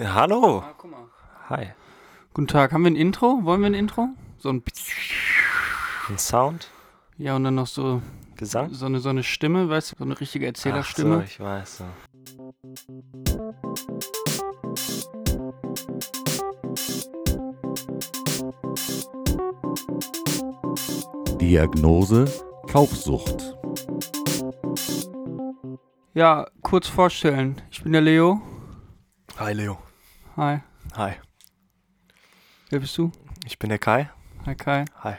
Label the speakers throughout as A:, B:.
A: Hallo.
B: Ah, guck mal.
A: Hi.
B: Guten Tag. Haben wir ein Intro? Wollen wir ein Intro? So ein.
A: Ein Sound?
B: Ja, und dann noch so,
A: Gesang?
B: so, eine, so eine Stimme, weißt du? So eine richtige
A: Ach so,
B: Erzählerstimme.
A: ich weiß so.
C: Diagnose Kaufsucht.
B: ja, kurz vorstellen. Ich bin der Leo.
A: Hi Leo.
B: Hi.
A: Hi.
B: Wer bist du?
A: Ich bin der Kai.
B: Hi Kai.
A: Hi.
B: Äh,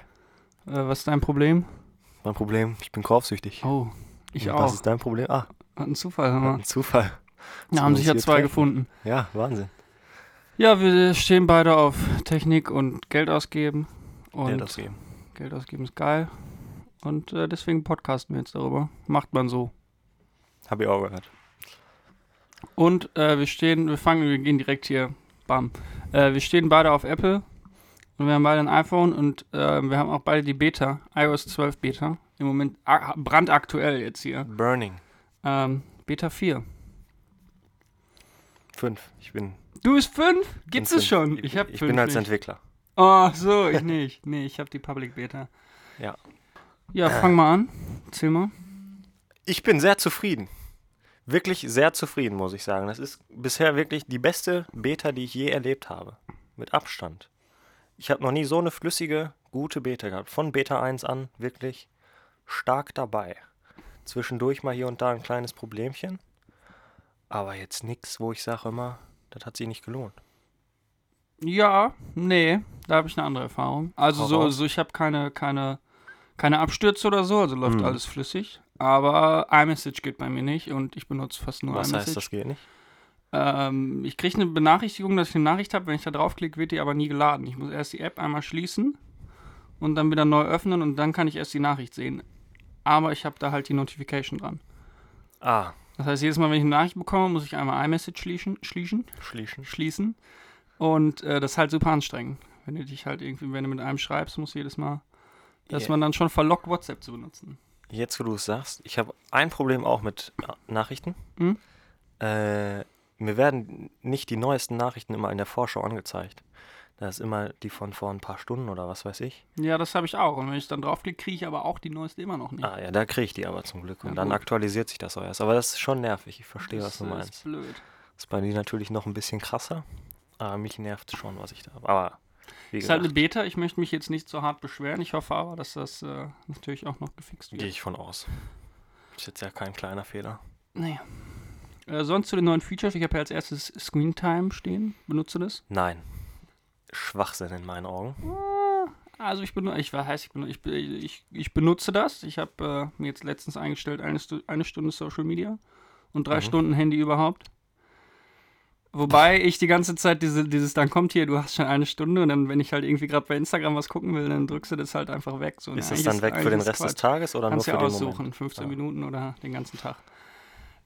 B: was ist dein Problem?
A: Mein Problem, ich bin kaufsüchtig.
B: Oh, ich
A: Und
B: auch.
A: Was ist dein Problem? Ah,
B: Hat einen Zufall, hör mal.
A: ein Zufall.
B: Da haben
A: wir
B: sich
A: uns
B: ja
A: hier
B: zwei
A: treffen.
B: gefunden.
A: Ja, Wahnsinn.
B: Ja, wir stehen beide auf Technik und Geld ausgeben. Und
A: Geld ausgeben.
B: Geld ausgeben ist geil. Und äh, deswegen podcasten wir jetzt darüber. Macht man so.
A: Hab ich auch gehört.
B: Und äh, wir stehen, wir fangen, wir gehen direkt hier. Bam. Äh, wir stehen beide auf Apple und wir haben beide ein iPhone und äh, wir haben auch beide die Beta, iOS 12 Beta. Im Moment a- brandaktuell jetzt hier.
A: Burning.
B: Ähm, Beta 4.
A: Fünf. Ich bin.
B: Du bist 5? Gibt's
A: bin fünf.
B: es schon?
A: Ich,
B: Ich hab
A: ich
B: fünf
A: bin halt als
B: nicht.
A: Entwickler.
B: Oh, so, ich nicht. Nee, ich hab die Public Beta.
A: Ja.
B: Ja,
A: Äh.
B: fang mal an. Erzähl mal.
A: Ich bin sehr zufrieden. Wirklich sehr zufrieden, muss ich sagen. Das ist bisher wirklich die beste Beta, die ich je erlebt habe. Mit Abstand. Ich habe noch nie so eine flüssige, gute Beta gehabt. Von Beta 1 an wirklich stark dabei. Zwischendurch mal hier und da ein kleines Problemchen. Aber jetzt nichts, wo ich sage immer, das hat sich nicht gelohnt.
B: Ja, nee, da habe ich eine andere Erfahrung. Also
A: Hau
B: so,
A: raus.
B: so ich habe keine, keine, keine Abstürze oder so, also läuft
A: Mhm.
B: alles flüssig. Aber iMessage geht bei mir nicht und ich benutze fast nur
A: Was heißt, das
B: iMessage.
A: geht nicht?
B: Ähm, ich kriege eine Benachrichtigung, dass ich eine Nachricht habe. Wenn ich da draufklicke, wird die aber nie geladen. Ich muss erst die App einmal schließen und dann wieder neu öffnen und dann kann ich erst die Nachricht sehen. Aber ich habe da halt die Notification dran.
A: Ah,
B: Das heißt, jedes Mal, wenn ich eine Nachricht bekomme, muss ich einmal iMessage schließen, schließen
A: schließen.
B: schließen. Und äh, das ist halt super anstrengend. Wenn du dich halt irgendwie, wenn du mit einem schreibst, musst du jedes Mal, dass
A: Ja.
B: man dann schon verlockt, WhatsApp zu benutzen.
A: Jetzt, wo du es sagst, ich habe ein Problem auch mit Na- Nachrichten.
B: Mhm.
A: Äh, mir werden nicht die neuesten Nachrichten immer in der Vorschau angezeigt. Da ist immer die von vor ein paar Stunden oder was weiß ich.
B: Ja, das habe ich auch. Und wenn ich dann draufklicke, kriege ich aber auch die neueste immer noch nicht.
A: Ah ja, da kriege ich die aber zum Glück. Und
B: Mhm. Ja,
A: dann
B: gut.
A: aktualisiert sich das auch erst. Aber das ist schon nervig. Ich verstehe, was
B: das
A: du
B: ist
A: meinst.
B: blöd.
A: Ist bei dir natürlich noch ein bisschen krasser. Aber mich nervt schon, was ich da habe. Aber wie
B: Ist halt eine
A: gesagt,
B: Beta. Ich möchte mich jetzt nicht so hart beschweren. Ich hoffe aber, dass das äh, natürlich auch noch gefixt
A: gehe
B: wird.
A: ich von aus. Ist jetzt ja kein kleiner Fehler.
B: Naja. Äh, sonst zu den neuen Features. Ich habe ja als erstes Screen Time stehen. Benutzt du das?
A: Nein. Schwachsinn in meinen Augen.
B: Also ich benutze, ich weiß, ich benutze, ich, be- ich, ich benutze das. Ich habe äh, mir jetzt letztens eingestellt, eine, Stu eine Stunde Social Media und drei
A: Mhm.
B: Stunden Handy überhaupt. Wobei ich die ganze Zeit diese, dieses, dann kommt hier, du hast schon eine Stunde und dann, wenn ich halt irgendwie gerade bei Instagram was gucken will, dann drückst du das halt einfach weg. So,
A: Ist
B: ne,
A: das
B: eigentlich
A: dann weg für
B: eigentlich
A: den
B: ist
A: Rest des
B: Quatsch.
A: Tages oder
B: Kannst
A: nur
B: ja
A: für den
B: aussuchen,
A: Moment? Ah.
B: 15
A: Ja.
B: Minuten oder den ganzen Tag.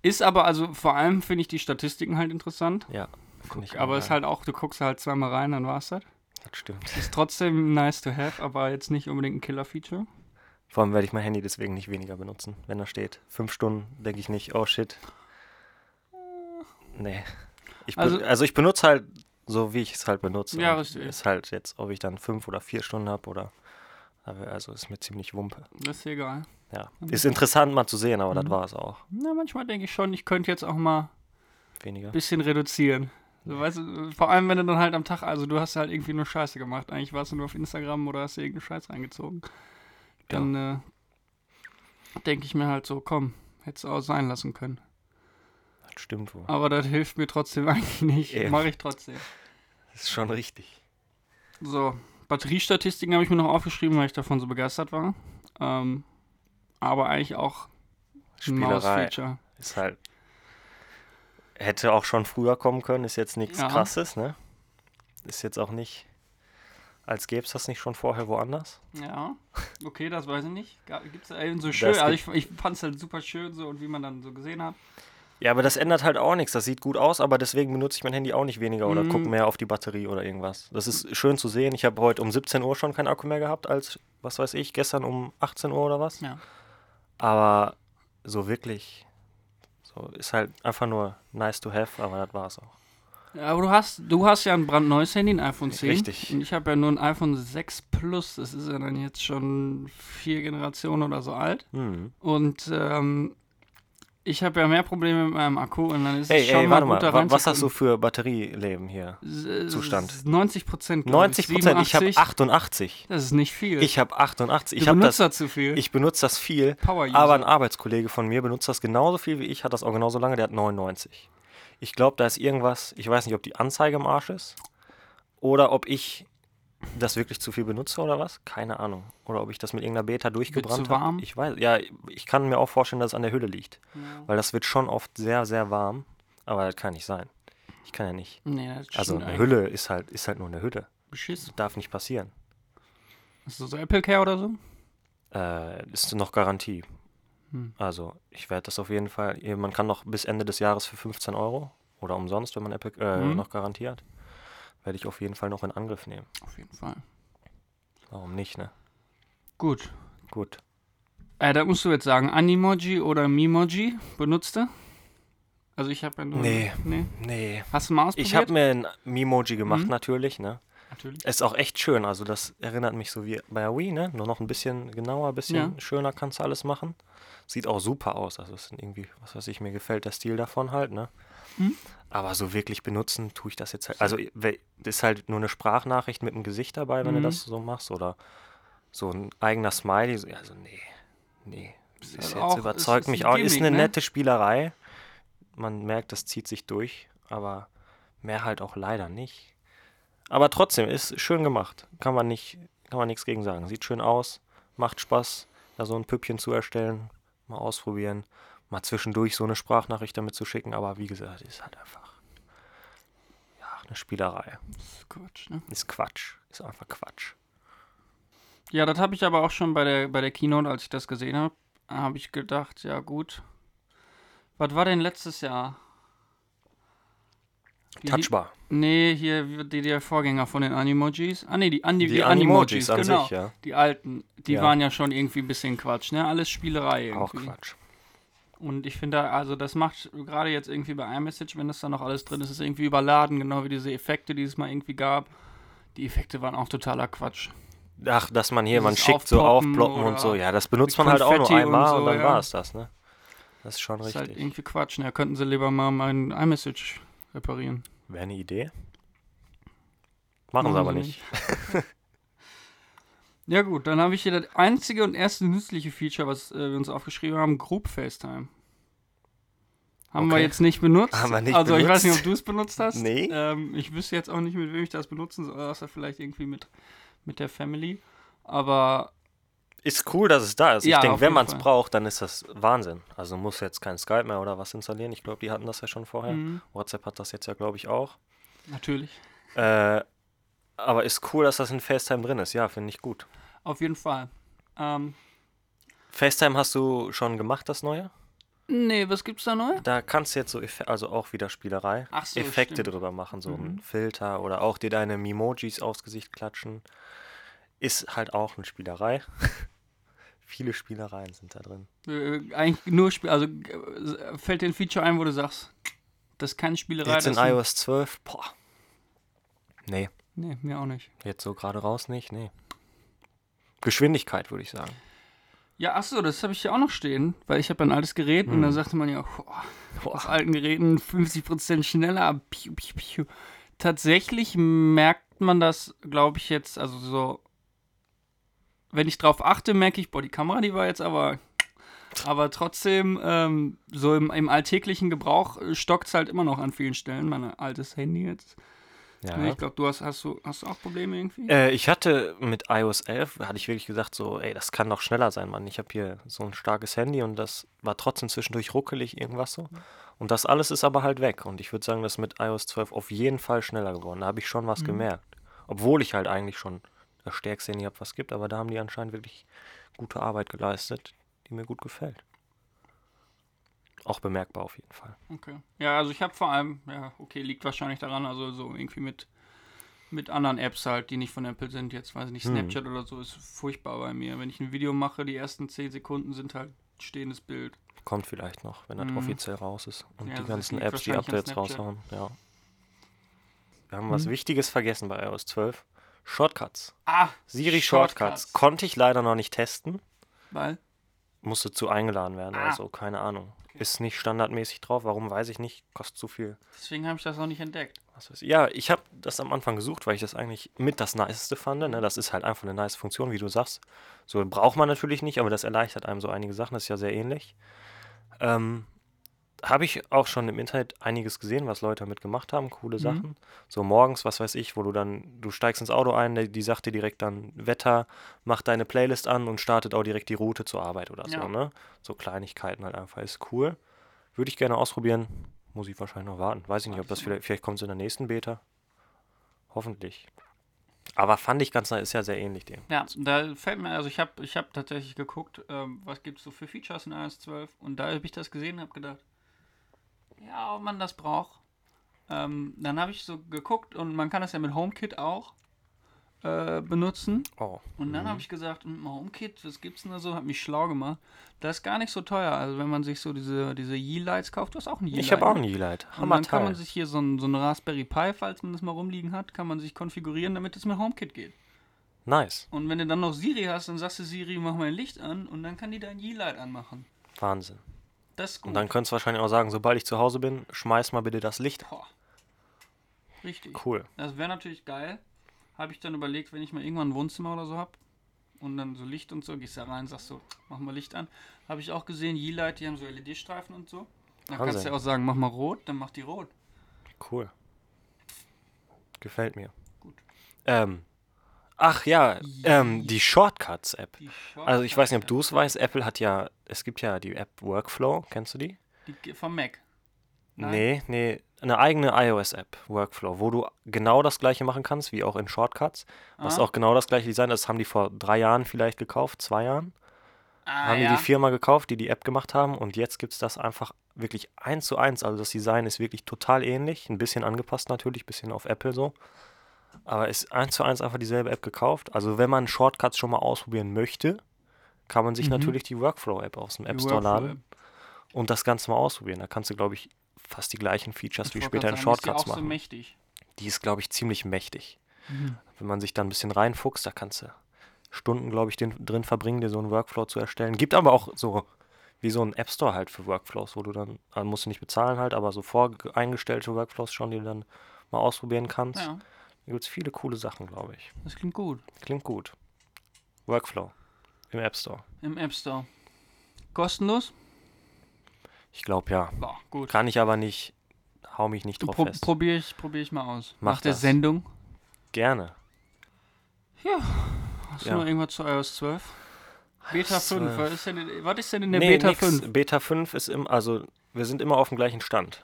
B: Ist aber, also vor allem finde ich die Statistiken halt interessant.
A: Ja, finde ich.
B: Aber
A: auch
B: es ist
A: geil.
B: halt auch, du guckst halt zweimal rein, dann war's das.
A: Das stimmt.
B: Ist trotzdem nice to have, aber jetzt nicht unbedingt ein Killer-Feature.
A: Vor allem werde ich mein Handy deswegen nicht weniger benutzen. Wenn da steht, fünf Stunden, denke ich nicht, oh shit. Nee. Ich be-
B: Also-
A: also, ich benutze halt so, wie ich es halt benutze.
B: Ja,
A: Und
B: richtig.
A: Ist halt jetzt, ob ich dann fünf oder vier Stunden habe oder. aber Also ist mir ziemlich Wumpe.
B: Das ist egal.
A: Ja.
B: Mhm.
A: Ist interessant mal zu sehen, aber das war es auch.
B: Na, manchmal denke ich schon, ich könnte jetzt auch mal
A: Weniger.
B: ein bisschen reduzieren. So, weißt du, vor allem, wenn du dann halt am Tag, also du hast halt irgendwie nur Scheiße gemacht. Eigentlich warst du nur auf Instagram oder hast dir irgendeinen Scheiß reingezogen. Dann äh, denke ich mir halt so, komm, hättest du auch sein lassen können.
A: Das stimmt wohl.
B: Aber das hilft mir trotzdem eigentlich
A: Eben.
B: nicht. Mache ich trotzdem.
A: Das ist schon richtig.
B: So, Batteriestatistiken habe ich mir noch aufgeschrieben, weil ich davon so begeistert war. Ähm, aber eigentlich auch ein
A: Spielerei.
B: Maus-Feature.
A: Ist halt. Hätte auch schon früher kommen können, ist jetzt nichts
B: Ja.
A: krasses, ne? Ist jetzt auch nicht. Als gäbe es das nicht schon vorher woanders.
B: Ja, okay, das weiß ich nicht. Ga- Gibt's da eben so schön,
A: Das
B: also ich, ich fand es halt super schön so und wie man dann so gesehen hat.
A: Ja, aber das ändert halt auch nichts. Das sieht gut aus, aber deswegen benutze ich mein Handy auch nicht weniger oder
B: Mhm.
A: gucke mehr auf die Batterie oder irgendwas. Das ist schön zu sehen. Ich habe heute um 17 Uhr schon keinen Akku mehr gehabt, als, was weiß ich, gestern um 18 Uhr oder was.
B: Ja.
A: Aber so wirklich. So ist halt einfach nur nice to have, aber das war's auch.
B: Ja, Aber du hast, du hast ja ein brandneues Handy, ein iPhone 10.
A: Richtig.
B: Und ich habe ja nur ein iPhone 6 Plus. Das ist ja dann jetzt schon vier Generationen oder so alt.
A: Hm.
B: Und ähm, ich habe ja mehr Probleme mit meinem Akku. Und dann ist
A: Ey,
B: es schon
A: ey,
B: mal
A: warte
B: gut,
A: mal,
B: da
A: wa- was hast du für Batterieleben hier?
B: du
A: Zustand?
B: 90 Prozent.
A: 90 Prozent, ich habe 88.
B: Das ist nicht viel.
A: Ich habe 88.
B: du
A: Ich habe
B: benutzt
A: das,
B: da zu viel.
A: ich benutze das viel,
B: Power User.
A: aber ein Arbeitskollege von mir benutzt das genauso viel wie ich, hat das auch genauso lange, der hat 99. Ich glaube, da ist irgendwas, ich weiß nicht, ob die Anzeige im Arsch ist oder ob ich das wirklich zu viel benutze oder was, keine Ahnung. Oder ob ich das mit irgendeiner Beta durchgebrannt
B: zu warm?
A: habe. Ich weiß, ja, ich kann mir auch vorstellen, dass es an der Hülle liegt, weil das wird schon oft sehr, sehr warm, aber das kann nicht sein. Ich kann ja nicht.
B: nee, das
A: Also
B: stimmt
A: eine
B: eigentlich.
A: Hülle ist halt, ist halt nur eine Hülle.
B: Beschiss.
A: Darf nicht passieren.
B: Ist das so Apple Care oder so?
A: Äh, ist noch Garantie.
B: Hm.
A: Also ich werde das auf jeden Fall, eh, man kann noch bis Ende des Jahres für 15 Euro oder umsonst, wenn man Epic äh,
B: Mhm.
A: noch garantiert, werde ich auf jeden Fall noch in Angriff nehmen.
B: Auf jeden Fall.
A: Warum nicht, ne?
B: Gut.
A: Gut.
B: Äh, da musst du jetzt sagen, Animoji oder Memoji benutzt du? Also ich habe ja nur...
A: Nee. Nee.
B: Hast du mal ausprobiert?
A: Ich habe mir ein Memoji gemacht,
B: Mhm.
A: natürlich, ne?
B: Natürlich.
A: Ist auch echt schön, also das erinnert mich so wie bei der Wii, ne? Nur noch ein bisschen genauer, ein bisschen schöner kannst du alles machen. Sieht auch super aus, also ist irgendwie, was weiß ich, mir gefällt der Stil davon halt, ne?
B: Mhm.
A: Aber so wirklich benutzen tue ich das jetzt halt. Also we- ist halt nur eine Sprachnachricht mit einem Gesicht dabei, wenn du
B: Mhm.
A: das so machst oder so ein eigener Smiley. so- Also nee, nee. Ist
B: halt
A: jetzt
B: auch-
A: überzeugt
B: ist- ist
A: mich
B: ein
A: auch. Ist
B: Gimmick,
A: eine
B: ne?
A: nette Spielerei. Man merkt, das zieht sich durch, aber mehr halt auch leider nicht. Aber trotzdem, ist schön gemacht. Kann man nicht, kann man nichts gegen sagen. Sieht schön aus, macht Spaß, da so ein Püppchen zu erstellen, mal ausprobieren, mal zwischendurch so eine Sprachnachricht damit zu schicken, aber wie gesagt, ist halt einfach ja, eine Spielerei.
B: Das ist Quatsch, ne?
A: Ist Quatsch. Ist einfach Quatsch.
B: Ja, das habe ich aber auch schon bei der, bei der Keynote, als ich das gesehen habe, habe ich gedacht, ja gut. Was war denn letztes Jahr? Die-
A: Touchbar.
B: Nee, hier wird die, der Vorgänger von den Animojis. Ah nee, die, Ani
A: Die
B: die
A: Animojis
B: Animojis,
A: an
B: genau.
A: sich, ja.
B: Die alten, die
A: Ja.
B: waren ja schon irgendwie ein bisschen Quatsch, ne? Alles Spielerei irgendwie.
A: Auch Quatsch.
B: Und ich finde, also das macht gerade jetzt irgendwie bei iMessage, wenn das da noch alles drin ist, ist irgendwie überladen, genau wie diese Effekte, die es mal irgendwie gab. Die Effekte waren auch totaler Quatsch.
A: Ach, dass man hier, man
B: Dieses
A: schickt so
B: Aufploppen
A: aufploppen
B: oder
A: und so. Ja, das benutzt
B: mit
A: man halt auch nur
B: Konfetti und
A: einmal
B: so,
A: und, dann
B: ja.
A: war es das, ne? Das ist schon
B: Das ist halt
A: richtig.
B: irgendwie Quatsch. Da könnten sie lieber mal mein iMessage reparieren.
A: Wäre eine Idee. Machen sie aber nicht.
B: ja gut, dann habe ich hier das einzige und erste nützliche Feature, was äh, wir uns aufgeschrieben haben, Group FaceTime. Haben wir
A: Okay.
B: jetzt nicht benutzt.
A: Haben wir nicht
B: also ich weiß
A: benutzt.
B: nicht, ob du es benutzt hast.
A: Nee.
B: Ähm, ich wüsste jetzt auch nicht, mit wem ich das benutzen soll, außer vielleicht irgendwie mit, mit der Family. Aber
A: Ist cool, dass es da ist.
B: Ja,
A: ich
B: auf
A: denke,
B: jeden
A: wenn man es
B: Fall.
A: braucht, dann ist das Wahnsinn. Also muss jetzt kein Skype mehr oder was installieren. Ich glaube, die hatten das ja schon vorher.
B: mhm,
A: WhatsApp hat das jetzt ja, glaube ich, auch.
B: natürlich.
A: Äh, aber ist cool, dass das in FaceTime drin ist. Ja, finde ich gut.
B: Auf jeden Fall. Ähm,
A: FaceTime hast du schon gemacht, das neue?
B: nee, was gibt's da neu?
A: Da kannst du jetzt so, Effe also auch wieder Spielerei,
B: Ach so,
A: Effekte
B: stimmt.
A: drüber machen, so ein
B: Mhm.
A: Filter oder auch dir deine Memojis aufs Gesicht klatschen. Ist halt auch eine Spielerei. Viele Spielereien sind da drin.
B: Äh, eigentlich nur Spiel, also äh, fällt dir ein Feature ein, wo du sagst, das ist keine Spielerei.
A: Jetzt in
B: das ist ein-
A: iOS 12, boah. Nee.
B: Nee, mir auch nicht.
A: Jetzt so gerade raus nicht, nee. Geschwindigkeit, würde ich sagen.
B: Ja, achso, das habe ich ja auch noch stehen, weil ich habe ein altes Gerät und da sagte man ja, boah, auf alten Geräten 50% schneller. Piu, piu, piu. Tatsächlich merkt man das, glaube ich, jetzt, also so, wenn ich drauf achte, merke ich, boah, die Kamera, die war jetzt aber, aber trotzdem, ähm, so im, im alltäglichen Gebrauch stockt es halt immer noch an vielen Stellen, mein altes Handy jetzt. Ne,
A: Ja.
B: Ich glaube, du hast, hast, du, hast du auch Probleme irgendwie?
A: Äh, ich hatte mit iOS 11, hatte ich wirklich gesagt, so, ey, das kann doch schneller sein, Mann. Ich habe hier so ein starkes Handy und das war trotzdem zwischendurch ruckelig irgendwas so. Und das alles ist aber halt weg. Und ich würde sagen, das ist mit iOS 12 auf jeden Fall schneller geworden. Da habe ich schon was gemerkt. Obwohl ich halt eigentlich schon das stärkste Handy habe, was es gibt. Aber da haben die anscheinend wirklich gute Arbeit geleistet, die mir gut gefällt. Auch bemerkbar auf jeden Fall.
B: Okay. Ja, also ich habe vor allem, ja, okay, liegt wahrscheinlich daran, also so irgendwie mit, mit anderen Apps halt, die nicht von Apple sind, jetzt weiß ich nicht,
A: Hm.
B: Snapchat oder so, ist furchtbar bei mir. Wenn ich ein Video mache, die ersten 10 Sekunden sind halt stehendes Bild.
A: Kommt vielleicht noch, wenn das
B: Mhm.
A: offiziell raus ist und
B: Ja,
A: die
B: das
A: ganzen
B: liegt
A: Apps die
B: wahrscheinlich an
A: Updates
B: Snapchat. Mhm.
A: raushauen. Ja. Wir haben was Wichtiges vergessen bei iOS 12. Shortcuts.
B: Ah,
A: Siri Shortcuts.
B: Shortcuts.
A: Konnte ich leider noch nicht testen.
B: weil.
A: Musste zu eingeladen werden
B: Ah.
A: oder so. Keine Ahnung. Ist nicht standardmäßig drauf. Warum weiß ich nicht. Kostet zu viel.
B: Deswegen habe ich das noch nicht entdeckt.
A: Was weiß ich. Ja, ich habe das am Anfang gesucht, weil ich das eigentlich mit das Niceste fand. Ne? Das ist halt einfach eine nice Funktion, wie du sagst. So braucht man natürlich nicht, aber das erleichtert einem so einige Sachen. Das ist ja sehr ähnlich. Ähm, habe ich auch schon im Internet einiges gesehen, was Leute damit gemacht haben, coole Sachen. So morgens, was weiß ich, wo du dann, du steigst ins Auto ein, die, die sagt dir direkt dann Wetter, macht deine Playlist an und startet auch direkt die Route zur Arbeit oder so,
B: Ja.
A: ne? So Kleinigkeiten halt einfach, ist cool. Würde ich gerne ausprobieren, muss ich wahrscheinlich noch warten. Weiß ich nicht, ob das vielleicht, vielleicht kommt es in der nächsten Beta. Hoffentlich. Aber fand ich ganz nice, ist ja sehr ähnlich dem.
B: Ja, da fällt mir, also ich habe ich hab tatsächlich geguckt, ähm, was gibt es so für Features in iOS 12 und da habe ich das gesehen und habe gedacht, ja, ob man das braucht. Ähm, dann habe ich so geguckt und man kann das ja mit HomeKit auch äh, benutzen.
A: Oh.
B: Und dann habe ich gesagt, hm, HomeKit, was gibt's denn da so? Hat mich schlau gemacht. Das ist gar nicht so teuer. Also wenn man sich so diese, diese Yeelites kauft, du hast auch ein Yeelight.
A: Ich habe auch ein
B: ne?
A: Yeelight.
B: Und dann kann
A: Hammer
B: man sich hier so ein, so ein Raspberry Pi, falls man das mal rumliegen hat, kann man sich konfigurieren, damit es mit HomeKit geht.
A: Nice.
B: Und wenn du dann noch Siri hast, dann sagst du Siri, mach mein Licht an und dann kann die dein Yeelight anmachen.
A: Wahnsinn.
B: Das ist gut.
A: Und dann könntest du wahrscheinlich auch sagen, sobald ich zu Hause bin, schmeiß mal bitte das Licht.
B: Boah. Richtig.
A: Cool.
B: Das wäre natürlich geil. Habe ich dann überlegt, wenn ich mal irgendwann ein Wohnzimmer oder so habe und dann so Licht und so, gehst da rein, sagst so, mach mal Licht an. Habe ich auch gesehen, Yeelight, die haben so LED-Streifen und so. Dann kannst du
A: Wahnsinn.
B: ja auch sagen, mach mal rot, dann macht die rot.
A: Cool. Gefällt mir.
B: Gut.
A: Ähm, ach ja, ähm, die Shortcuts-App.
B: Die
A: Also ich weiß nicht, ob
B: Shortcut-
A: du es weißt, Apple hat ja, es gibt ja die App Workflow, kennst du die?
B: Die ge- vom Mac. Nein.
A: Nee, nee, eine eigene iOS-App, Workflow, wo du genau das gleiche machen kannst, wie auch in Shortcuts. Was
B: Ah.
A: auch genau das gleiche Design ist, das haben die vor drei Jahren vielleicht gekauft, zwei Jahren.
B: Ah,
A: haben
B: ja.
A: die die Firma gekauft, die die App gemacht haben und jetzt gibt es das einfach wirklich eins zu eins. Also das Design ist wirklich total ähnlich, ein bisschen angepasst natürlich, ein bisschen auf Apple so. Aber ist eins zu eins einfach dieselbe App gekauft. Also wenn man Shortcuts schon mal ausprobieren möchte, kann man sich natürlich die Workflow-App aus dem
B: Mhm. Die
A: App Store
B: Workflow-App.
A: laden und das Ganze mal ausprobieren. Da kannst du, glaube ich, fast die gleichen Features wie
B: Ich wollte
A: später in
B: gerade sagen, ist die
A: Shortcuts
B: auch so Mhm.
A: machen.
B: mächtig.
A: die ist, glaube ich, ziemlich mächtig. Wenn man sich da ein bisschen reinfuchst, da kannst du Stunden, glaube ich, den, drin verbringen, dir so einen Workflow zu erstellen. Gibt aber auch so wie so einen App Store halt für Workflows, wo du dann, äh, musst du nicht bezahlen halt, aber so voreingestellte Workflows schon, die du dann mal ausprobieren kannst.
B: Ja,
A: Da gibt es viele coole Sachen, glaube ich.
B: das klingt gut.
A: Klingt gut. Workflow im App Store.
B: Im App Store. Kostenlos?
A: Ich glaube ja.
B: Boah, gut.
A: Kann ich aber nicht, hau mich nicht drauf
B: Pro
A: fest.
B: Probiere ich, probier ich mal aus.
A: Mach
B: Nach der
A: das.
B: Sendung.
A: Gerne.
B: Hast
A: Ja.
B: du noch irgendwas zu iOS 12? Beta 5.
A: 12.
B: Was ist denn, in- was ist denn in der
A: Nee,
B: Beta
A: nix.
B: 5?
A: Beta 5 ist im, also wir sind immer auf dem gleichen Stand.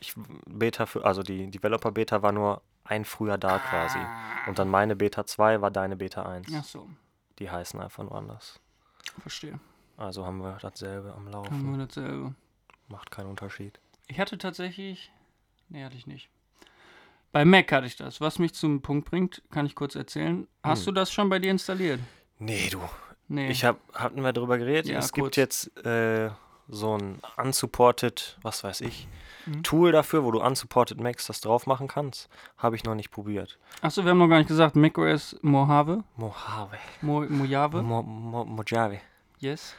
A: Ich, Beta, fü- also die Developer Beta war nur ein früher da quasi.
B: Ah.
A: Und dann meine Beta 2 war deine Beta 1.
B: Ach so,
A: Die heißen einfach nur anders.
B: verstehe.
A: Also haben wir dasselbe am
B: Haben
A: Laufen.
B: wir dasselbe.
A: Macht keinen Unterschied.
B: Ich hatte tatsächlich. Nee, hatte ich nicht. Bei Mac hatte ich das. Was mich zum Punkt bringt, kann ich kurz erzählen. Hast du das schon bei dir installiert?
A: Nee, du.
B: Nee.
A: Hm. Ich hab, hatten wir drüber geredet.
B: Ja,
A: es
B: kurz.
A: gibt jetzt äh, so ein unsupported, was weiß ich,
B: Hm.
A: Tool dafür, wo du unsupported Macs das drauf machen kannst. Habe ich noch nicht probiert.
B: Achso, wir haben noch gar nicht gesagt. macOS Mojave.
A: Mojave.
B: Mo Mojave.
A: Mo, Mo, Mojave.
B: Yes.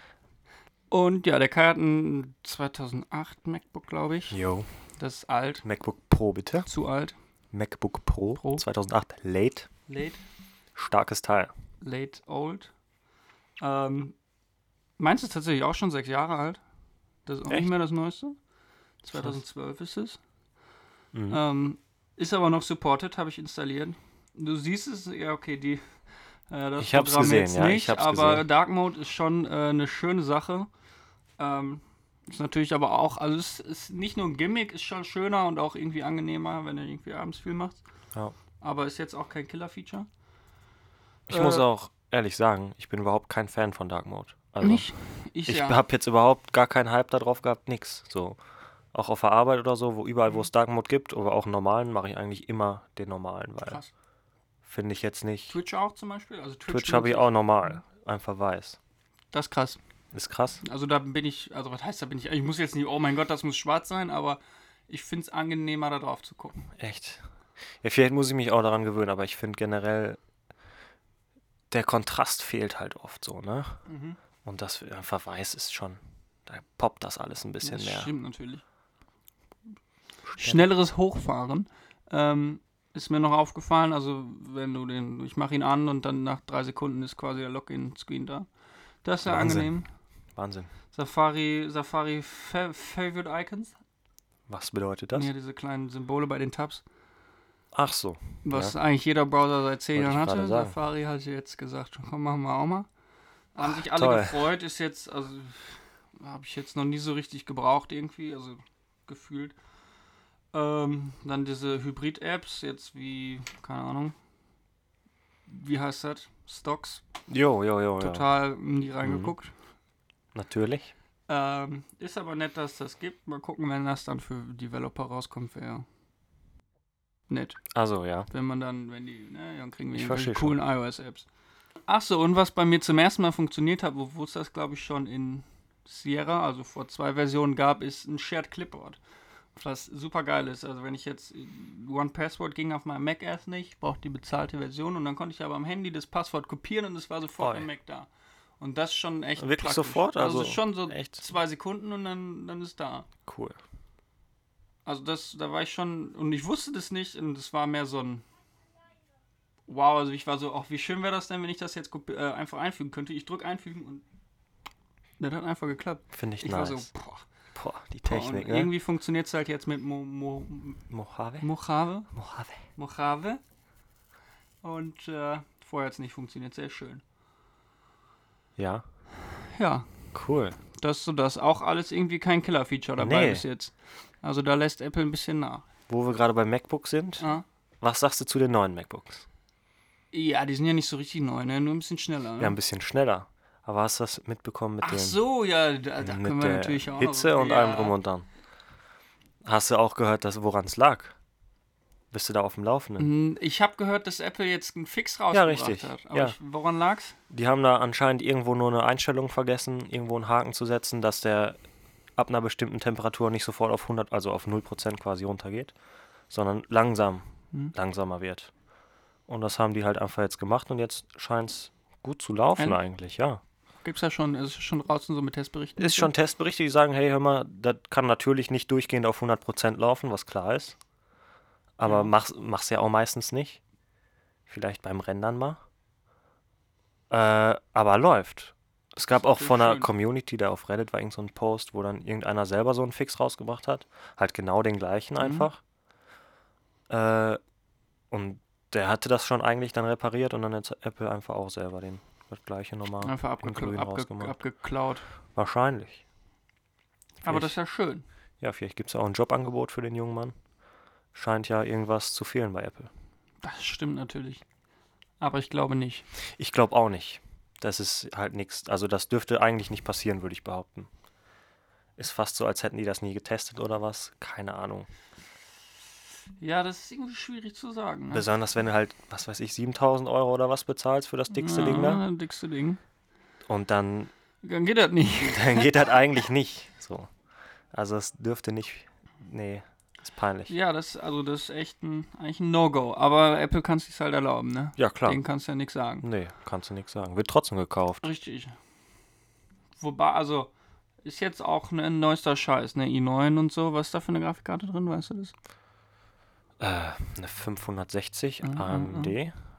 B: Und ja, der Kai hat ein 2008 MacBook, glaube ich.
A: Yo.
B: Das ist alt,
A: MacBook Pro bitte.
B: zu alt.
A: MacBook Pro,
B: Pro.
A: 2008 Late.
B: Late,
A: Starkes Teil.
B: late old. Ähm, meins ist tatsächlich auch schon sechs Jahre alt. Das ist auch nicht
A: Echt?
B: mehr das Neueste. 2012 ist es.
A: Mhm.
B: Ähm, ist aber noch supported, habe ich installiert. Du siehst es, ja okay, die. Äh, das
A: Ich hab's
B: Programm
A: gesehen,
B: jetzt
A: ja, ich
B: nicht,
A: hab's
B: aber
A: gesehen.
B: Dark Mode ist schon äh, eine schöne Sache. Ähm, ist natürlich aber auch, also es ist nicht nur ein Gimmick, ist schon schöner und auch irgendwie angenehmer, wenn du irgendwie abends viel machst.
A: Ja.
B: Aber ist jetzt auch kein Killer-Feature.
A: Ich
B: Äh,
A: muss auch ehrlich sagen, ich bin überhaupt kein Fan von Dark Mode. Also,
B: Nicht? Ich,
A: ich
B: ja.
A: habe jetzt überhaupt gar keinen Hype darauf gehabt, nix. So. Auch auf der Arbeit oder so, wo überall,
B: Mhm.
A: wo es Dark Mode gibt, oder auch einen normalen, mache ich eigentlich immer den normalen, weil
B: Krass.
A: finde ich jetzt nicht.
B: Twitch auch zum Beispiel? Also Twitch,
A: Twitch habe ich
B: nutze
A: auch normal, einfach weiß.
B: Das ist krass.
A: Ist krass.
B: Also da bin ich, also was heißt da bin ich, ich muss jetzt nicht, oh mein Gott, das muss schwarz sein, aber ich finde es angenehmer, da drauf zu gucken.
A: Echt. Ja, vielleicht muss ich mich auch daran gewöhnen, aber ich finde generell, der Kontrast fehlt halt oft so, ne?
B: Mhm.
A: Und das einfach weiß ist schon, da poppt das alles ein bisschen
B: Das
A: mehr.
B: stimmt natürlich. Schnelleres Hochfahren ähm, ist mir noch aufgefallen. Also, wenn du den, ich mache ihn an und dann nach drei Sekunden ist quasi der Login-Screen da. Das ist ja
A: Wahnsinn.
B: angenehm.
A: Wahnsinn.
B: Safari, Safari Fa Favorite Icons.
A: Was bedeutet das?
B: Ja, diese kleinen Symbole bei den Tabs.
A: Ach so.
B: Was eigentlich jeder Browser seit zehn
A: Wollte ich
B: Jahren hatte.
A: gerade sagen.
B: Safari hat jetzt gesagt, schon komm, machen wir auch mal. Haben sich alle
A: toll.
B: gefreut, ist jetzt, also habe ich jetzt noch nie so richtig gebraucht irgendwie, also gefühlt. Ähm, dann diese Hybrid-Apps, jetzt wie, keine Ahnung, wie heißt das? Stocks,
A: Jo, jo, jo. jo.
B: total nie reingeguckt.
A: Mhm. Natürlich.
B: Ähm, ist aber nett, dass das gibt. Mal gucken, wenn das dann für Developer rauskommt, wäre nett.
A: Also ja.
B: Wenn man dann, wenn die, ne, dann kriegen wir
A: Ich
B: irgendwelche
A: versteh
B: coolen iOS-Apps. Achso, und was bei mir zum ersten Mal funktioniert hat, obwohl es das glaube ich schon in Sierra, also vor zwei Versionen gab, ist ein Shared Clipboard. Was super geil ist. Also wenn ich jetzt One Password ging auf meinem Mac erst nicht, ich brauchte die bezahlte Version und dann konnte ich aber am Handy das Passwort kopieren und es war sofort
A: Oi.
B: am Mac da. Und das ist schon echt.
A: Wirklich
B: praktisch.
A: sofort?
B: Also,
A: Also
B: schon so
A: echt?
B: zwei Sekunden und dann, dann ist da.
A: Cool.
B: Also das, da war ich schon, und ich wusste das nicht, und es war mehr so ein Wow, also ich war so, ach, wie schön wäre das denn, wenn ich das jetzt kopi- äh, einfach einfügen könnte. Ich drück einfügen und das hat einfach geklappt.
A: Finde ich,
B: Ich war
A: nice.
B: so, boah,
A: Boah, die
B: boah.
A: Technik,
B: und
A: ne?
B: irgendwie funktioniert es halt jetzt mit Mo, Mo,
A: Mojave?
B: Mojave,
A: Mojave.
B: Mojave und äh, vorher hat es nicht funktioniert, sehr schön.
A: Ja,
B: Ja,
A: cool.
B: das ist so das, auch alles irgendwie kein Killer-Feature dabei
A: Nee.
B: bis jetzt. Also da lässt Apple ein bisschen nach.
A: Wo wir gerade bei MacBook sind,
B: Ja.
A: was sagst du zu den neuen MacBooks?
B: ja, die sind ja nicht so richtig neu, ne? nur ein bisschen schneller. Ne?
A: Ja, ein bisschen schneller. Aber hast du das mitbekommen mit
B: Ach
A: dem
B: so, ja, da, da
A: mit
B: können wir
A: der
B: natürlich auch
A: Hitze
B: noch,
A: und
B: ja.
A: allem drum und dran? Hast du auch gehört, dass woran es lag? Bist du da auf dem Laufenden?
B: Mm, Ich habe gehört, dass Apple jetzt einen Fix rausgebracht
A: richtig,
B: hat. Aber
A: ja.
B: ich, woran lag's?
A: Die haben da anscheinend irgendwo nur eine Einstellung vergessen, irgendwo einen Haken zu setzen, dass der ab einer bestimmten Temperatur nicht sofort auf 100, also auf 0% quasi runtergeht, sondern langsam,
B: Hm.
A: langsamer wird. Und das haben die halt einfach jetzt gemacht und jetzt scheint es gut zu laufen
B: Ein-
A: eigentlich, ja.
B: Gibt's ja schon, ist schon draußen so mit Testberichten.
A: Ist schon Testberichte, die sagen, hey, hör mal, das kann natürlich nicht durchgehend auf 100% laufen, was klar ist. Aber
B: Ja.
A: mach's, mach's ja auch meistens nicht. Vielleicht beim Rendern mal. Äh, aber läuft. Es gab
B: ist
A: auch von einer
B: natürlich schön.
A: Community, da auf Reddit war irgend so ein Post, wo dann irgendeiner selber so einen Fix rausgebracht hat. Halt genau den gleichen
B: Mhm.
A: einfach. Äh, und der hatte das schon eigentlich dann repariert und dann hat Apple einfach auch selber den, das gleiche nochmal
B: Einfach abgekla
A: Grün
B: abge
A: rausgemacht.
B: abgeklaut.
A: Wahrscheinlich.
B: Aber
A: Vielleicht-
B: das ist ja schön.
A: Ja, vielleicht gibt es auch ein Jobangebot für den jungen Mann. Scheint ja irgendwas zu fehlen bei Apple.
B: Das stimmt natürlich. Aber ich glaube nicht.
A: Ich glaube auch nicht. Das ist halt nichts. Also das dürfte eigentlich nicht passieren, würde ich behaupten. Ist fast so, als hätten die das nie getestet oder was. Keine Ahnung.
B: Ja, das ist irgendwie schwierig zu sagen. Ne?
A: Besonders wenn du halt, was weiß ich, 7000 Euro oder was bezahlst für das dickste
B: ja,
A: Ding da.
B: das Dickste Ding.
A: Und dann,
B: Dann geht das nicht.
A: dann geht das eigentlich nicht. So. Also es dürfte nicht. Nee, ist peinlich.
B: Ja, das, also das ist echt ein, eigentlich ein No-Go. Aber Apple kann es sich halt erlauben, ne?
A: Ja, klar.
B: Denen kannst du ja nichts sagen.
A: Nee, kannst du nichts sagen. Wird trotzdem gekauft.
B: Richtig. Wobei, also, ist jetzt auch ne- ein neuester Scheiß, ne? i9 und so. Was ist da für eine Grafikkarte drin, weißt du das?
A: Äh, eine 560
B: Mhm,
A: AMD,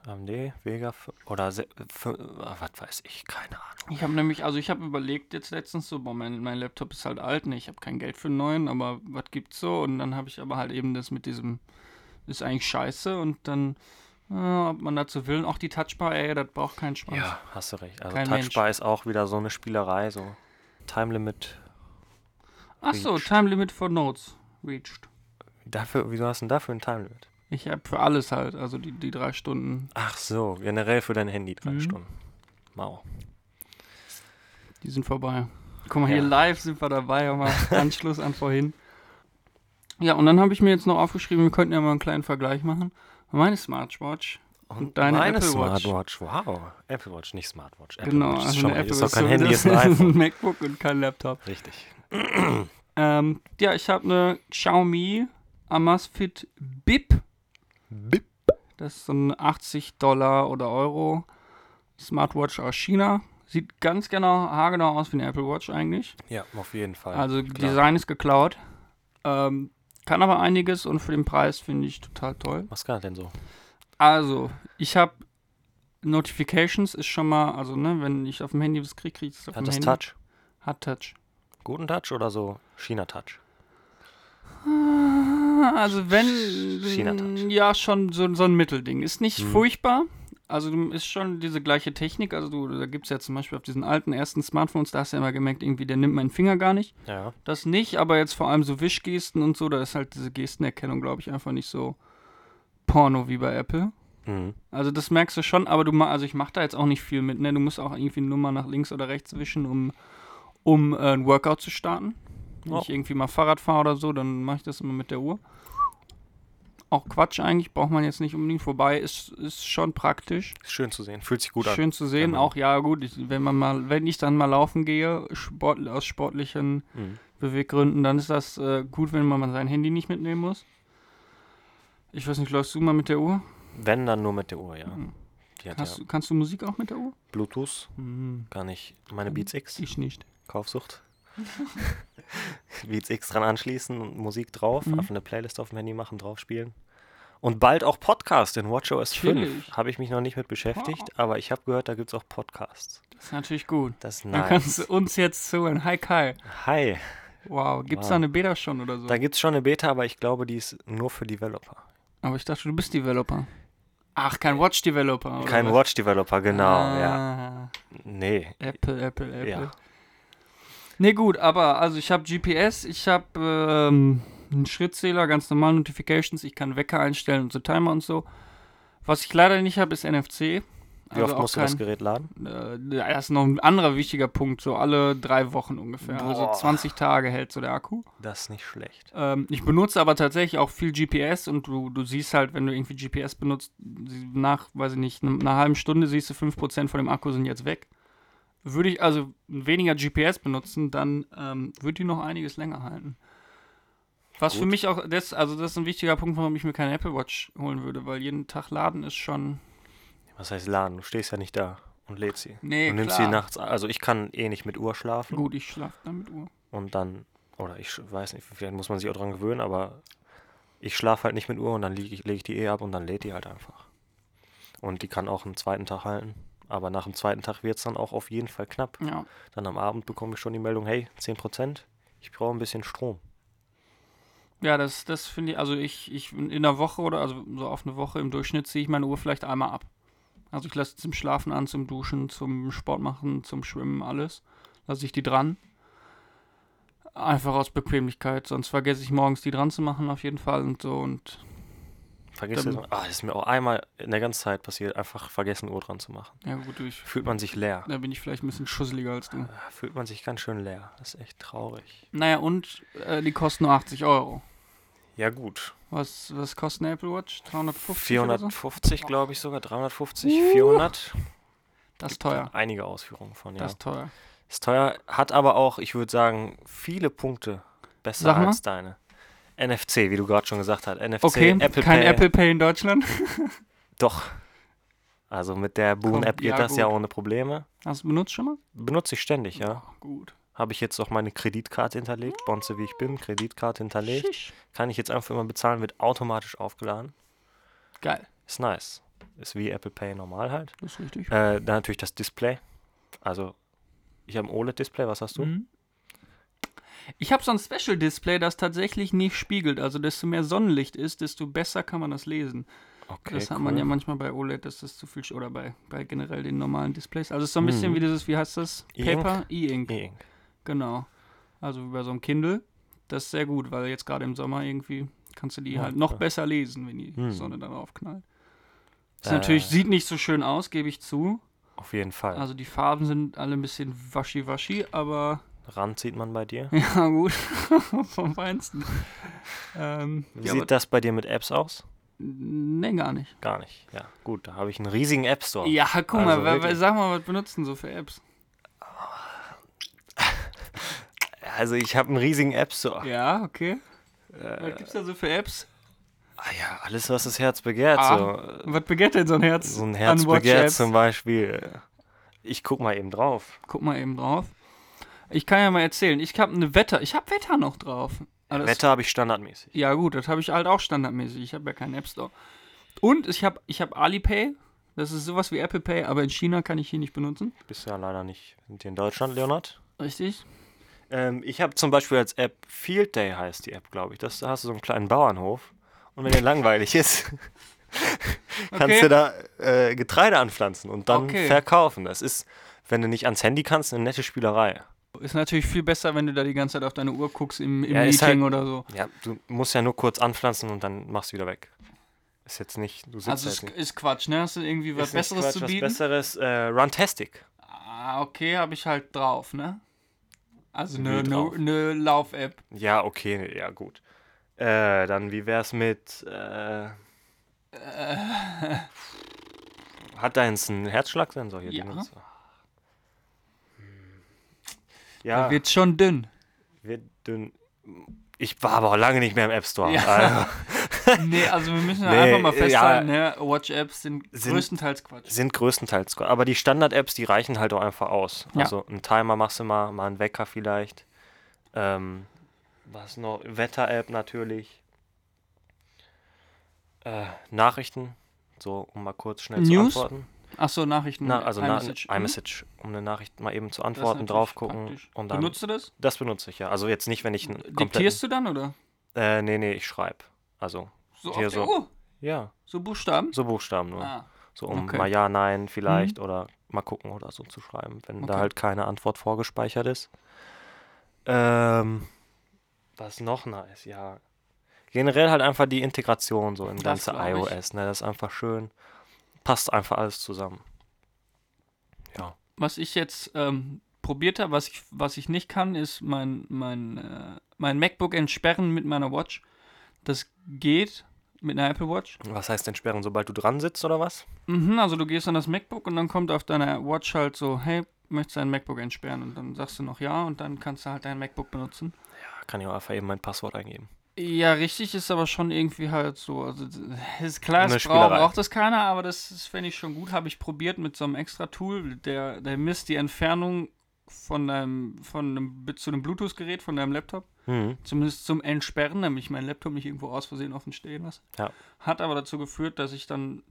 A: AMD, Vega f- oder se- f- äh, was weiß ich, keine Ahnung.
B: Ich habe nämlich, also ich habe überlegt jetzt letztens so, boah, mein, mein Laptop ist halt alt, ne? Ich habe kein Geld für einen neuen, aber was gibt's so? Und dann habe ich aber halt eben das mit diesem, ist eigentlich scheiße und dann, äh, ob man dazu will, und auch die Touchbar, ey, das braucht keinen Spaß.
A: Ja, hast du recht. Also
B: Kein
A: Touchbar ist auch wieder so eine Spielerei, so Time Limit.
B: Ach so,
A: reached.
B: Time Limit for Notes reached.
A: Dafür, wieso hast du denn dafür ein Time Limit?
B: Ich habe für alles halt, also die, die drei Stunden,
A: Ach so, generell für dein Handy drei
B: Mhm.
A: Stunden. Mau.
B: Die sind vorbei. Guck mal, hier
A: Ja.
B: live sind wir dabei, aber Anschluss an vorhin. Ja, und dann habe ich mir jetzt noch aufgeschrieben, wir könnten ja mal einen kleinen Vergleich machen. Meine Smartwatch, Und deine
A: meine
B: Apple Watch.
A: Smartwatch, wow. Apple Watch, nicht Smartwatch. Apple
B: genau,
A: Watch ist
B: also
A: schon
B: eine
A: mal-
B: Apple
A: ist doch kein
B: so-
A: Handy,
B: das
A: ist ein iPhone.
B: ein MacBook und kein Laptop.
A: Richtig.
B: Ähm, ja, ich habe eine Xiaomi Amazfit Bip
A: Bip.
B: Das ist so ein 80 Dollar oder Euro Smartwatch aus China. Sieht ganz genau, haargenau aus wie eine Apple Watch eigentlich.
A: Ja, auf jeden Fall.
B: Also
A: Klar.
B: Design ist geklaut. Ähm, kann aber einiges und für den Preis finde ich total toll.
A: Was kann er denn so?
B: Also, ich habe Notifications ist schon mal, also ne, wenn ich auf dem Handy was kriege, kriege ich es auf
A: Hat
B: dem
A: das
B: Handy.
A: Touch?
B: Hat Touch.
A: Guten Touch oder so China-Touch?
B: Ah, Also wenn,
A: China-Touch.
B: ja, schon so, so ein Mittelding. Ist nicht
A: Hm.
B: furchtbar. Also du- ist schon diese gleiche Technik. Also du, da gibt es ja zum Beispiel auf diesen alten ersten Smartphones, da hast du ja immer gemerkt, irgendwie, der nimmt meinen Finger gar nicht.
A: Ja.
B: Das nicht, aber jetzt vor allem so Wischgesten und so, da ist halt diese Gestenerkennung, glaube ich, einfach nicht so Porno wie bei Apple.
A: Mhm.
B: Also das merkst du schon, aber du ma also ich mache da jetzt auch nicht viel mit, ne? Du musst auch irgendwie nur mal nach links oder rechts wischen, um, um äh, ein Workout zu starten. Wenn
A: Oh.
B: ich irgendwie mal Fahrrad fahre oder so, dann mache ich das immer mit der Uhr. Auch Quatsch eigentlich, braucht man jetzt nicht unbedingt vorbei, ist, ist schon praktisch.
A: Ist schön zu sehen. Fühlt sich gut an. Genau.
B: Schön zu sehen,
A: man-
B: auch ja gut, ich, wenn man mal, wenn ich dann mal laufen gehe, Sport, aus sportlichen
A: Mhm.
B: Beweggründen, dann ist das äh, gut, wenn man mal sein Handy nicht mitnehmen muss. Ich weiß nicht, läufst du mal mit der Uhr?
A: Wenn, dann nur mit der Uhr, ja.
B: Hm.
A: Die hat
B: Hast,
A: ja
B: du- Kannst du Musik auch mit der Uhr?
A: Bluetooth,
B: Mhm.
A: gar nicht. Meine Beats X,
B: Ich nicht.
A: Kaufsucht. Beats X dran anschließen und Musik drauf,
B: Mhm.
A: auf eine Playlist auf dem Handy machen, drauf spielen. Und bald auch Podcast in WatchOS 5.
B: Chillig.
A: Habe ich mich noch nicht mit beschäftigt, aber ich habe gehört, da gibt es auch Podcasts.
B: Das ist natürlich gut.
A: Das ist
B: Dann kannst du
A: nice.
B: uns jetzt zuhören. Hi Kai.
A: Hi.
B: Wow, gibt's
A: Wow.
B: da eine Beta schon oder so?
A: Da gibt es schon eine Beta, aber ich glaube, die ist nur für Developer.
B: Aber ich dachte, du bist Developer. Ach, kein Watch-Developer. oder
A: Kein
B: was?
A: Watch-Developer, genau, ja.
B: ah,
A: Nee.
B: Apple, Apple, Apple.
A: Ja.
B: Nee, gut, aber also ich habe GPS, ich habe ähm, einen Schrittzähler, ganz normal Notifications, ich kann Wecker einstellen und so Timer und so. Was ich leider nicht habe, ist NFC.
A: Wie
B: Also
A: oft musst du das Gerät laden?
B: Äh, das ist noch ein anderer wichtiger Punkt, so alle drei Wochen ungefähr. Also
A: Boah.
B: 20 Tage hält so der Akku.
A: Das ist nicht schlecht.
B: Ähm, ich benutze aber tatsächlich auch viel GPS und du, du siehst halt, wenn du irgendwie GPS benutzt, nach, weiß ich nicht, einer halben Stunde siehst du 5% von dem Akku sind jetzt weg. Würde ich also weniger GPS benutzen, dann ähm, würde die noch einiges länger halten. Was für
A: Gut.
B: mich auch, das, also das ist ein wichtiger Punkt, warum ich mir keine Apple Watch holen würde, weil jeden Tag laden ist schon.
A: Was heißt laden? Du stehst ja nicht da und lädst sie.
B: Nee,
A: und nimmst
B: klar.
A: sie nachts. Also ich kann eh nicht mit Uhr schlafen
B: Gut, ich schlafe dann mit Uhr.
A: und dann, oder ich sch- weiß nicht, vielleicht muss man sich auch dran gewöhnen, aber ich schlafe halt nicht mit Uhr und dann lege ich, leg ich die eh ab und dann lädt die halt einfach. Und die kann auch am zweiten Tag halten. Aber nach dem zweiten Tag wird es dann auch auf jeden Fall knapp.
B: Ja.
A: Dann am Abend bekomme ich schon die Meldung, hey, 10%, ich brauche ein bisschen Strom.
B: Ja, das, das finde ich, also ich, ich in einer Woche oder also so auf eine Woche im Durchschnitt ziehe ich meine Uhr vielleicht einmal ab. Also ich lasse zum Schlafen an, zum Duschen, zum Sport machen, zum Schwimmen, alles. Lasse ich die dran. Einfach aus Bequemlichkeit, sonst vergesse ich morgens die dran zu machen auf jeden Fall und so und
A: Vergiss
B: Dann-
A: das. Ah, das ist mir auch einmal in der ganzen Zeit passiert, einfach vergessen, Uhr dran zu machen.
B: ja gut, ich,
A: Fühlt man sich leer.
B: da bin ich vielleicht ein bisschen schusseliger als du.
A: Ah, Fühlt man sich ganz schön leer. Das ist echt traurig.
B: Naja und äh, die kosten nur 80 Euro.
A: Ja, gut.
B: Was, was kostet eine Apple Watch? 350 oder so? Uh,
A: 450, glaube ich sogar. 350, 400.
B: Das ist teuer.
A: Einige Ausführungen von, ja.
B: Das ist teuer.
A: ist teuer, hat aber auch, ich würde sagen, viele Punkte besser
B: Sag mal.
A: als deine. NFC, wie du gerade schon gesagt hast. NFC,
B: Okay,
A: Apple
B: kein
A: Pay.
B: Apple Pay in Deutschland.
A: Doch. Also mit der Boon-App
B: Komm,
A: geht
B: ja,
A: das ja
B: gut.
A: ohne Probleme.
B: Hast du benutzt schon mal?
A: Benutze ich ständig, ja.
B: Gut.
A: Habe ich jetzt auch meine Kreditkarte hinterlegt. Bonze, wie ich bin, Kreditkarte hinterlegt. Kann ich jetzt einfach immer bezahlen, wird automatisch aufgeladen.
B: Geil,
A: Ist nice. Ist wie Apple Pay normal halt.
B: das ist richtig.
A: Äh, dann natürlich das Display. Also, ich habe ein OLED-Display, was hast du?
B: Mhm. Ich habe so ein Special Display, das tatsächlich nicht spiegelt. Also desto mehr Sonnenlicht ist, desto besser kann man das lesen.
A: Okay,
B: das hat man
A: cool.
B: ja manchmal bei OLED, dass das zu viel sch- oder bei, bei generell den normalen Displays. Also es ist so ein bisschen
A: Mhm.
B: wie dieses, wie heißt das?
A: E-Ink?
B: Paper E-Ink.
A: E-Ink.
B: Genau. Also wie bei so einem Kindle. Das ist sehr gut, weil jetzt gerade im Sommer irgendwie kannst du die
A: Ja,
B: halt noch
A: klar.
B: besser lesen, wenn die
A: Mhm.
B: Sonne darauf knallt. Das
A: Äh.
B: natürlich sieht nicht so schön aus, gebe ich zu.
A: Auf jeden Fall.
B: Also die Farben sind alle ein bisschen waschi-waschi, aber
A: Rand sieht man bei dir.
B: Ja, gut. Vom Feinsten. ähm,
A: Wie
B: ja, aber-
A: sieht das bei dir mit Apps aus?
B: nee, gar nicht.
A: Gar nicht. Ja, gut, da habe ich einen riesigen App Store.
B: Ja, guck mal,
A: Also
B: wer, wer,
A: wirklich.
B: sag mal, was benutzen so für Apps?
A: Also, ich habe einen riesigen App Store.
B: Äh, Ja, okay. was gibt's da so für Apps?
A: Ah ja, alles, was das Herz begehrt.
B: Ah.
A: So,
B: Was begehrt denn so ein Herz?
A: Also, so ein
B: an
A: Herz begehrt
B: Watch-Apps?
A: zum Beispiel. Ich guck mal eben drauf.
B: Guck mal eben drauf. Ich kann ja mal erzählen, ich habe eine Wetter, ich habe Wetter noch drauf. Aber das-
A: Wetter habe ich standardmäßig.
B: Ja gut, das habe ich halt auch standardmäßig. Ich habe ja keinen App Store. Und ich habe ich hab Alipay. Das ist sowas wie Apple Pay, aber in China kann ich hier nicht benutzen.
A: Bist ja leider nicht sind hier in Deutschland, Leonard.
B: Richtig?
A: Ähm, ich habe zum Beispiel als App Field Day heißt die App, glaube ich. Das, da hast du so einen kleinen Bauernhof. Und wenn dir langweilig ist, kannst
B: Okay.
A: du da äh, Getreide anpflanzen und dann
B: Okay.
A: verkaufen. Das ist, wenn du nicht ans Handy kannst, eine nette Spielerei.
B: Ist natürlich viel besser, wenn du da die ganze Zeit auf deine Uhr guckst im, im
A: Ja, ist
B: Meeting
A: halt-
B: oder so.
A: Ja, du musst ja nur kurz anpflanzen und dann machst du wieder weg. Ist jetzt nicht, du sitzt
B: Also
A: halt
B: ist,
A: nicht.
B: ist Quatsch, ne? Hast du irgendwie was
A: Ist nicht
B: Besseres
A: Quatsch,
B: zu bieten?
A: Was Besseres, äh, Runtastic.
B: Ah, okay, habe ich halt drauf, ne? Also
A: Wie
B: eine
A: drauf?
B: ne, ne Lauf-App.
A: Ja, okay, ja gut. Äh, dann wie wär's mit, äh, hat da jetzt einen Herzschlagsensor hier?
B: Ja.
A: drin? Hm.
B: Ja.
A: Ja,
B: Da wird schon dünn.
A: wird dünn. Ich war aber auch lange nicht mehr im App Store.
B: Ja.
A: Also,
B: Nee, also wir müssen
A: Nee,
B: einfach mal
A: ja.
B: festhalten, ne? Watch-Apps sind,
A: Sind-
B: größtenteils Quatsch.
A: sind größtenteils. gut. Aber die Standard-Apps, die reichen halt auch einfach aus.
B: Ja.
A: Also einen Timer machst du mal, mal einen Wecker vielleicht. Ähm, was noch? Wetter-App natürlich. Äh, Nachrichten, so um mal kurz schnell
B: News?
A: zu antworten.
B: Achso, Nachrichten.
A: Na, also
B: iMessage.
A: iMessage,
B: Mhm.
A: iMessage um eine Nachricht mal eben zu
B: Das ist
A: antworten,
B: natürlich
A: drauf gucken
B: praktisch.
A: und dann.
B: Benutzt du das?
A: das benutze ich ja. Also jetzt nicht, wenn ich einen kompletten.
B: Diktierst du dann oder?
A: Äh, nee, nee, ich schreibe. Also,
B: So
A: Hier
B: auf der
A: so.
B: Uhr?
A: ja,
B: So Buchstaben?
A: so Buchstaben nur.
B: Ah,
A: So um
B: Okay. Mhm.
A: mal ja, nein, vielleicht oder mal gucken oder so zu schreiben, wenn da
B: Okay.
A: halt keine Antwort vorgespeichert ist. Ähm, was noch nice, ja. Generell halt einfach die Integration so in
B: Das
A: ganze
B: glaub ich.
A: iOS, ne? Das ist einfach schön. Passt einfach alles zusammen.
B: was ich jetzt ähm, probiert habe, was ich, was ich nicht kann, ist mein, mein, äh, mein MacBook entsperren mit meiner Watch. Das geht mit einer Apple Watch.
A: Was heißt entsperren, sobald du dran sitzt oder was?
B: Mhm, also du gehst an das MacBook und dann kommt auf deiner Watch halt so, hey, möchtest du dein MacBook entsperren? Und dann sagst du noch ja und dann kannst du halt dein MacBook benutzen.
A: Ja, kann ich auch einfach eben mein Passwort eingeben.
B: Ja, richtig ist aber schon irgendwie halt so. Also es ist klar,
A: Eine
B: es braucht,
A: Spielerei.
B: braucht das keiner, aber das, das fände ich schon gut. Habe ich probiert mit so einem extra Tool, der, der misst die Entfernung von deinem, von einem, zu einem Bluetooth-Gerät, von deinem Laptop.
A: Mhm.
B: Zumindest zum Entsperren, damit ich meinen Laptop nicht irgendwo aus Versehen offen stehen lasse.
A: Ja.
B: Hat aber dazu geführt, dass ich dann.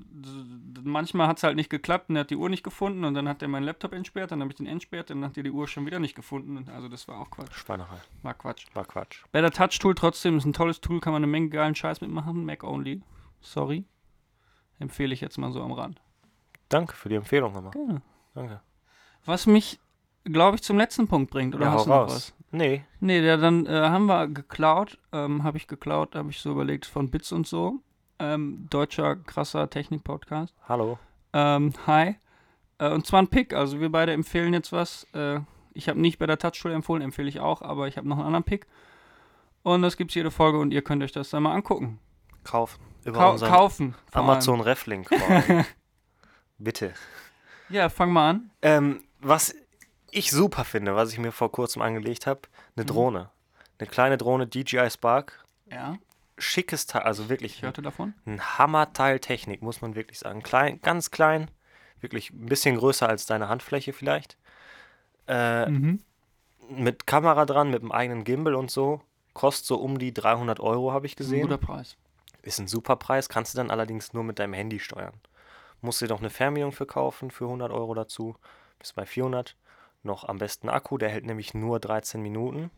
B: Manchmal hat es halt nicht geklappt und er hat die Uhr nicht gefunden und dann hat er meinen Laptop entsperrt, dann habe ich den entsperrt, dann hat er die Uhr schon wieder nicht gefunden. Und also das war auch Quatsch.
A: Schweinerei.
B: War Quatsch.
A: War Quatsch.
B: Better Touch Tool trotzdem ist ein tolles Tool, kann man eine Menge geilen Scheiß mitmachen. Mac only. Sorry. Empfehle ich jetzt mal so am Rand.
A: Danke für die Empfehlung nochmal. Danke.
B: Was mich, glaube ich, zum letzten Punkt bringt. Oder
A: Ja,
B: hast
A: hau
B: du noch
A: raus.
B: was?
A: Nee.
B: Nee, ja, dann äh, haben wir geklaut. Ähm, habe ich geklaut, habe ich so überlegt, von Bits und so. Ähm, deutscher krasser Technik-Podcast.
A: Hallo.
B: Ähm, hi. Äh, und zwar ein Pick. Also wir beide empfehlen jetzt was. Äh, ich habe nicht bei der Touchschule empfohlen, empfehle ich auch, aber ich habe noch einen anderen Pick. Und das gibt's jede Folge und ihr könnt euch das dann mal angucken.
A: Kaufen. Über
B: Kau
A: unseren
B: kaufen. vor
A: Amazon Reflink. Bitte.
B: Allem. Ja, fang mal an.
A: Ähm, was ich super finde, was ich mir vor kurzem angelegt habe, eine
B: Mhm.
A: Drohne. Eine kleine Drohne DJI Spark.
B: Ja,
A: Schickes Teil, also
B: ich
A: wirklich
B: hörte davon.
A: ein Hammerteil Technik, muss man wirklich sagen. Klein, ganz klein, wirklich ein bisschen größer als deine Handfläche vielleicht. Äh,
B: Mhm.
A: Mit Kamera dran, mit einem eigenen Gimbal und so. Kostet so um die 300 Euro, habe ich
B: Ein
A: gesehen.
B: guter Preis.
A: Ist ein super Preis, kannst du dann allerdings nur mit deinem Handy steuern. Musst dir noch eine Fernbedienung für kaufen, für 100 Euro dazu, bis bei 400. Noch am besten Akku, der hält nämlich nur 13 Minuten,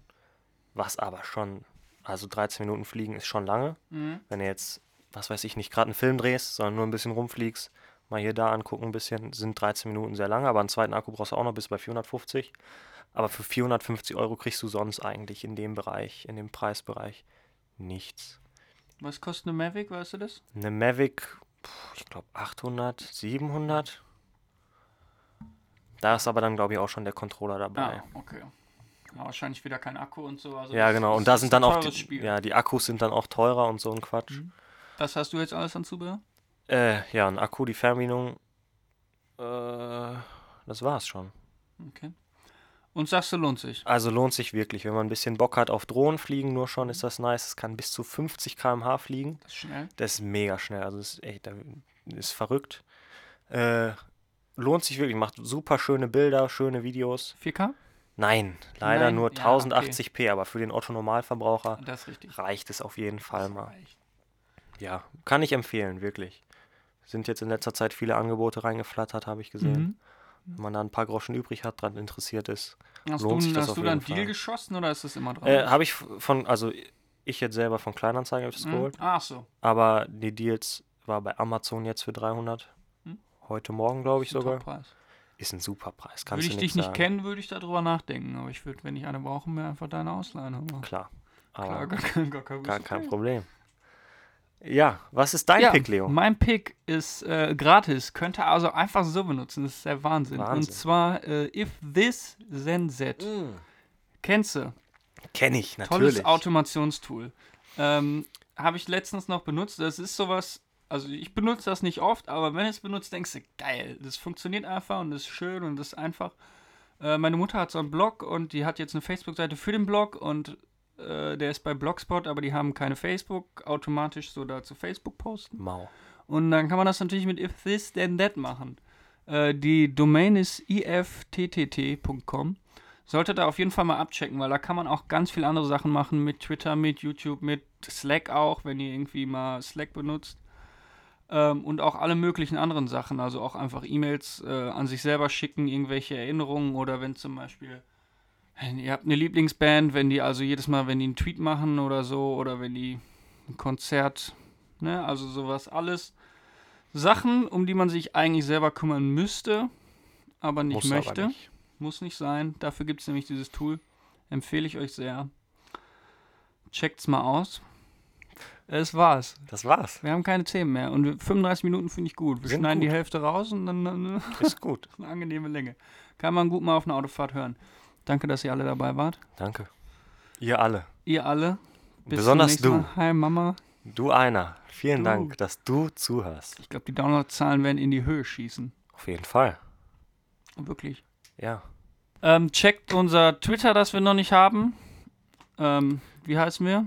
A: was aber schon, also 13 Minuten fliegen ist schon lange.
B: Mhm.
A: Wenn du jetzt, was weiß ich, nicht gerade einen Film drehst, sondern nur ein bisschen rumfliegst, mal hier da angucken ein bisschen, sind 13 Minuten sehr lange, aber einen zweiten Akku brauchst du auch noch bis bei 450. Aber für 450 Euro kriegst du sonst eigentlich in dem Bereich, in dem Preisbereich nichts.
B: Was kostet eine Mavic, weißt du das?
A: Eine Mavic, pf, ich glaube 800, 700. Da ist aber dann, glaube ich, auch schon der Controller dabei.
B: Ah, okay. Ja, wahrscheinlich wieder kein Akku und so. Also
A: ja,
B: das
A: genau.
B: ist-
A: Und da
B: ist ein
A: sind dann auch
B: teures
A: die,
B: Spiel.
A: ja, die Akkus sind dann auch teurer und so ein Quatsch.
B: Mhm. Was hast du jetzt alles an Zubehör?
A: Äh, ja, ein Akku, die Fernbedienung. Äh, das war's schon.
B: Okay. Und sagst du, lohnt sich.
A: Also lohnt sich wirklich. Wenn man ein bisschen Bock hat auf Drohnenfliegen, nur schon
B: Mhm.
A: ist das nice. Es kann bis zu 50 km/h fliegen.
B: Das ist schnell.
A: Das ist mega schnell. Also das ist echt, da- ist verrückt. Äh, lohnt sich wirklich. Macht super schöne Bilder, schöne Videos.
B: 4K?
A: Nein, leider
B: Nein,
A: nur
B: ja, okay.
A: 1080p, aber für den Otto Normalverbraucher
B: Das ist richtig.
A: reicht es auf jeden Fall mal.
B: Reicht.
A: Ja, kann ich empfehlen, wirklich. Sind jetzt in letzter Zeit viele Angebote reingeflattert, habe ich gesehen.
B: Mhm.
A: Wenn man da ein paar Groschen übrig hat, dran interessiert ist.
B: Hast
A: Lohnt sich
B: du,
A: das
B: hast
A: auf
B: du dann
A: jeden
B: Deal
A: Fall.
B: geschossen oder ist das immer drauf?
A: Äh, habe ich von, also ich jetzt selber von Kleinanzeigen habe ich das
B: Mhm.
A: geholt,
B: Hm? Ach so.
A: aber die Deals war bei Amazon jetzt für 300.
B: Mhm.
A: Heute Morgen, glaube ich
B: Ist ein
A: sogar.
B: Toppreis.
A: Ist ein super Preis. Kannst
B: Würde ich
A: du
B: dich
A: nichts
B: nicht
A: sagen.
B: kennen, würde ich darüber nachdenken. Aber ich würde, wenn ich eine brauche, mir einfach deine ausleihen. Aber
A: Klar. Aber
B: klar, gar, kein- gar, kein
A: gar
B: Problem.
A: kein Problem. Ja, was ist dein
B: ja,
A: Pick, Leo?
B: Mein Pick ist äh, gratis, könnte also einfach so benutzen. Das ist der Wahnsinn.
A: Wahnsinn.
B: Und zwar äh, If This Then That. Kennst du?
A: Kenn ich, natürlich.
B: Tolles Automationstool. Ähm, Habe ich letztens noch benutzt. Das ist sowas, also ich benutze das nicht oft, aber wenn ich es benutzt, denkst du, geil, das funktioniert einfach und ist schön und ist einfach. Äh, meine Mutter hat so einen Blog und die hat jetzt eine Facebook-Seite für den Blog und äh, der ist bei Blogspot, aber die haben keine Facebook, automatisch so da zu Facebook posten.
A: Mau.
B: Und dann kann man das natürlich mit If This Then That machen. Äh, die Domain ist ifttt.com. Solltet ihr auf jeden Fall mal abchecken, weil da kann man auch ganz viele andere Sachen machen mit Twitter, mit YouTube, mit Slack auch, wenn ihr irgendwie mal Slack benutzt. Ähm, und auch alle möglichen anderen Sachen, also auch einfach E-Mails äh, an sich selber schicken, irgendwelche Erinnerungen oder wenn zum Beispiel wenn ihr habt eine Lieblingsband, wenn die also jedes Mal, wenn die einen Tweet machen oder so oder wenn die ein Konzert, ne, also sowas alles Sachen, um die man sich eigentlich selber kümmern müsste, aber nicht
A: Muss
B: möchte.
A: aber nicht.
B: Muss nicht sein. Dafür gibt es nämlich dieses Tool. Empfehle ich euch sehr. Checkt's mal aus. Es war's.
A: Das war's.
B: Wir haben keine Themen mehr. Und 35 Minuten finde ich gut. Wir
A: Sind
B: schneiden die
A: gut.
B: Hälfte raus und dann, dann dann-
A: Ist gut.
B: eine angenehme Länge. Kann man gut mal auf einer Autofahrt hören. Danke, dass ihr alle dabei wart.
A: Danke. Ihr alle.
B: Ihr alle. Bis zum
A: Besonders
B: nächsten
A: du.
B: Mal. Hi Mama.
A: Du einer. Vielen
B: Du.
A: Dank, dass du zuhörst.
B: Ich glaube, die Downloadzahlen werden in die Höhe schießen.
A: Auf jeden Fall.
B: Wirklich.
A: Ja.
B: Ähm, checkt unser Twitter, das wir noch nicht haben. Ähm, wie heißen wir?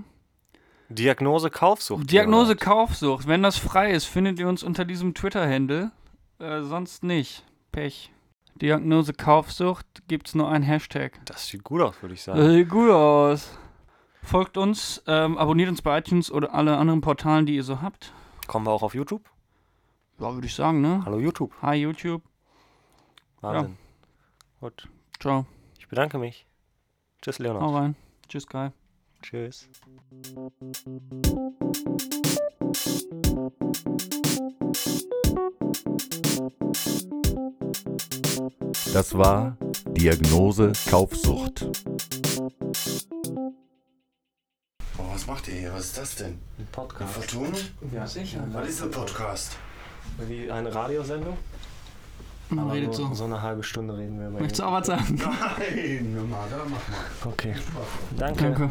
A: Diagnose Kaufsucht.
B: Diagnose
A: Leonard.
B: Kaufsucht. Wenn das frei ist, findet ihr uns unter diesem Twitter-Handle. Äh, sonst nicht. Pech. Diagnose Kaufsucht gibt's nur ein Hashtag.
A: Das sieht gut aus, würde ich
B: Das
A: sagen.
B: sieht gut aus. Folgt uns, ähm, abonniert uns bei iTunes oder alle anderen Portalen, die ihr so habt.
A: Kommen wir auch auf YouTube?
B: Ja, würde ich sagen, ne?
A: Hallo YouTube.
B: Hi YouTube.
A: Wahnsinn. Gut.
B: Ciao.
A: Ich bedanke mich. Tschüss, Leonard.
B: Hau rein. Tschüss, geil.
A: Tschüss.
C: Das war Diagnose Kaufsucht.
D: Boah, was macht ihr hier? Was ist das denn?
A: Ein
D: Eine
A: Podcast.
D: Vertonung?
A: Ja, sicher.
D: Was ist ein Podcast?
A: Wie eine Radiosendung.
B: Man redet
A: nur
B: so.
A: so eine halbe Stunde reden wir über
B: Möchtest du auch was sagen?
D: Nein, na mal, da mach mal.
A: Okay.
D: Spaß.
A: Danke.
B: Danke.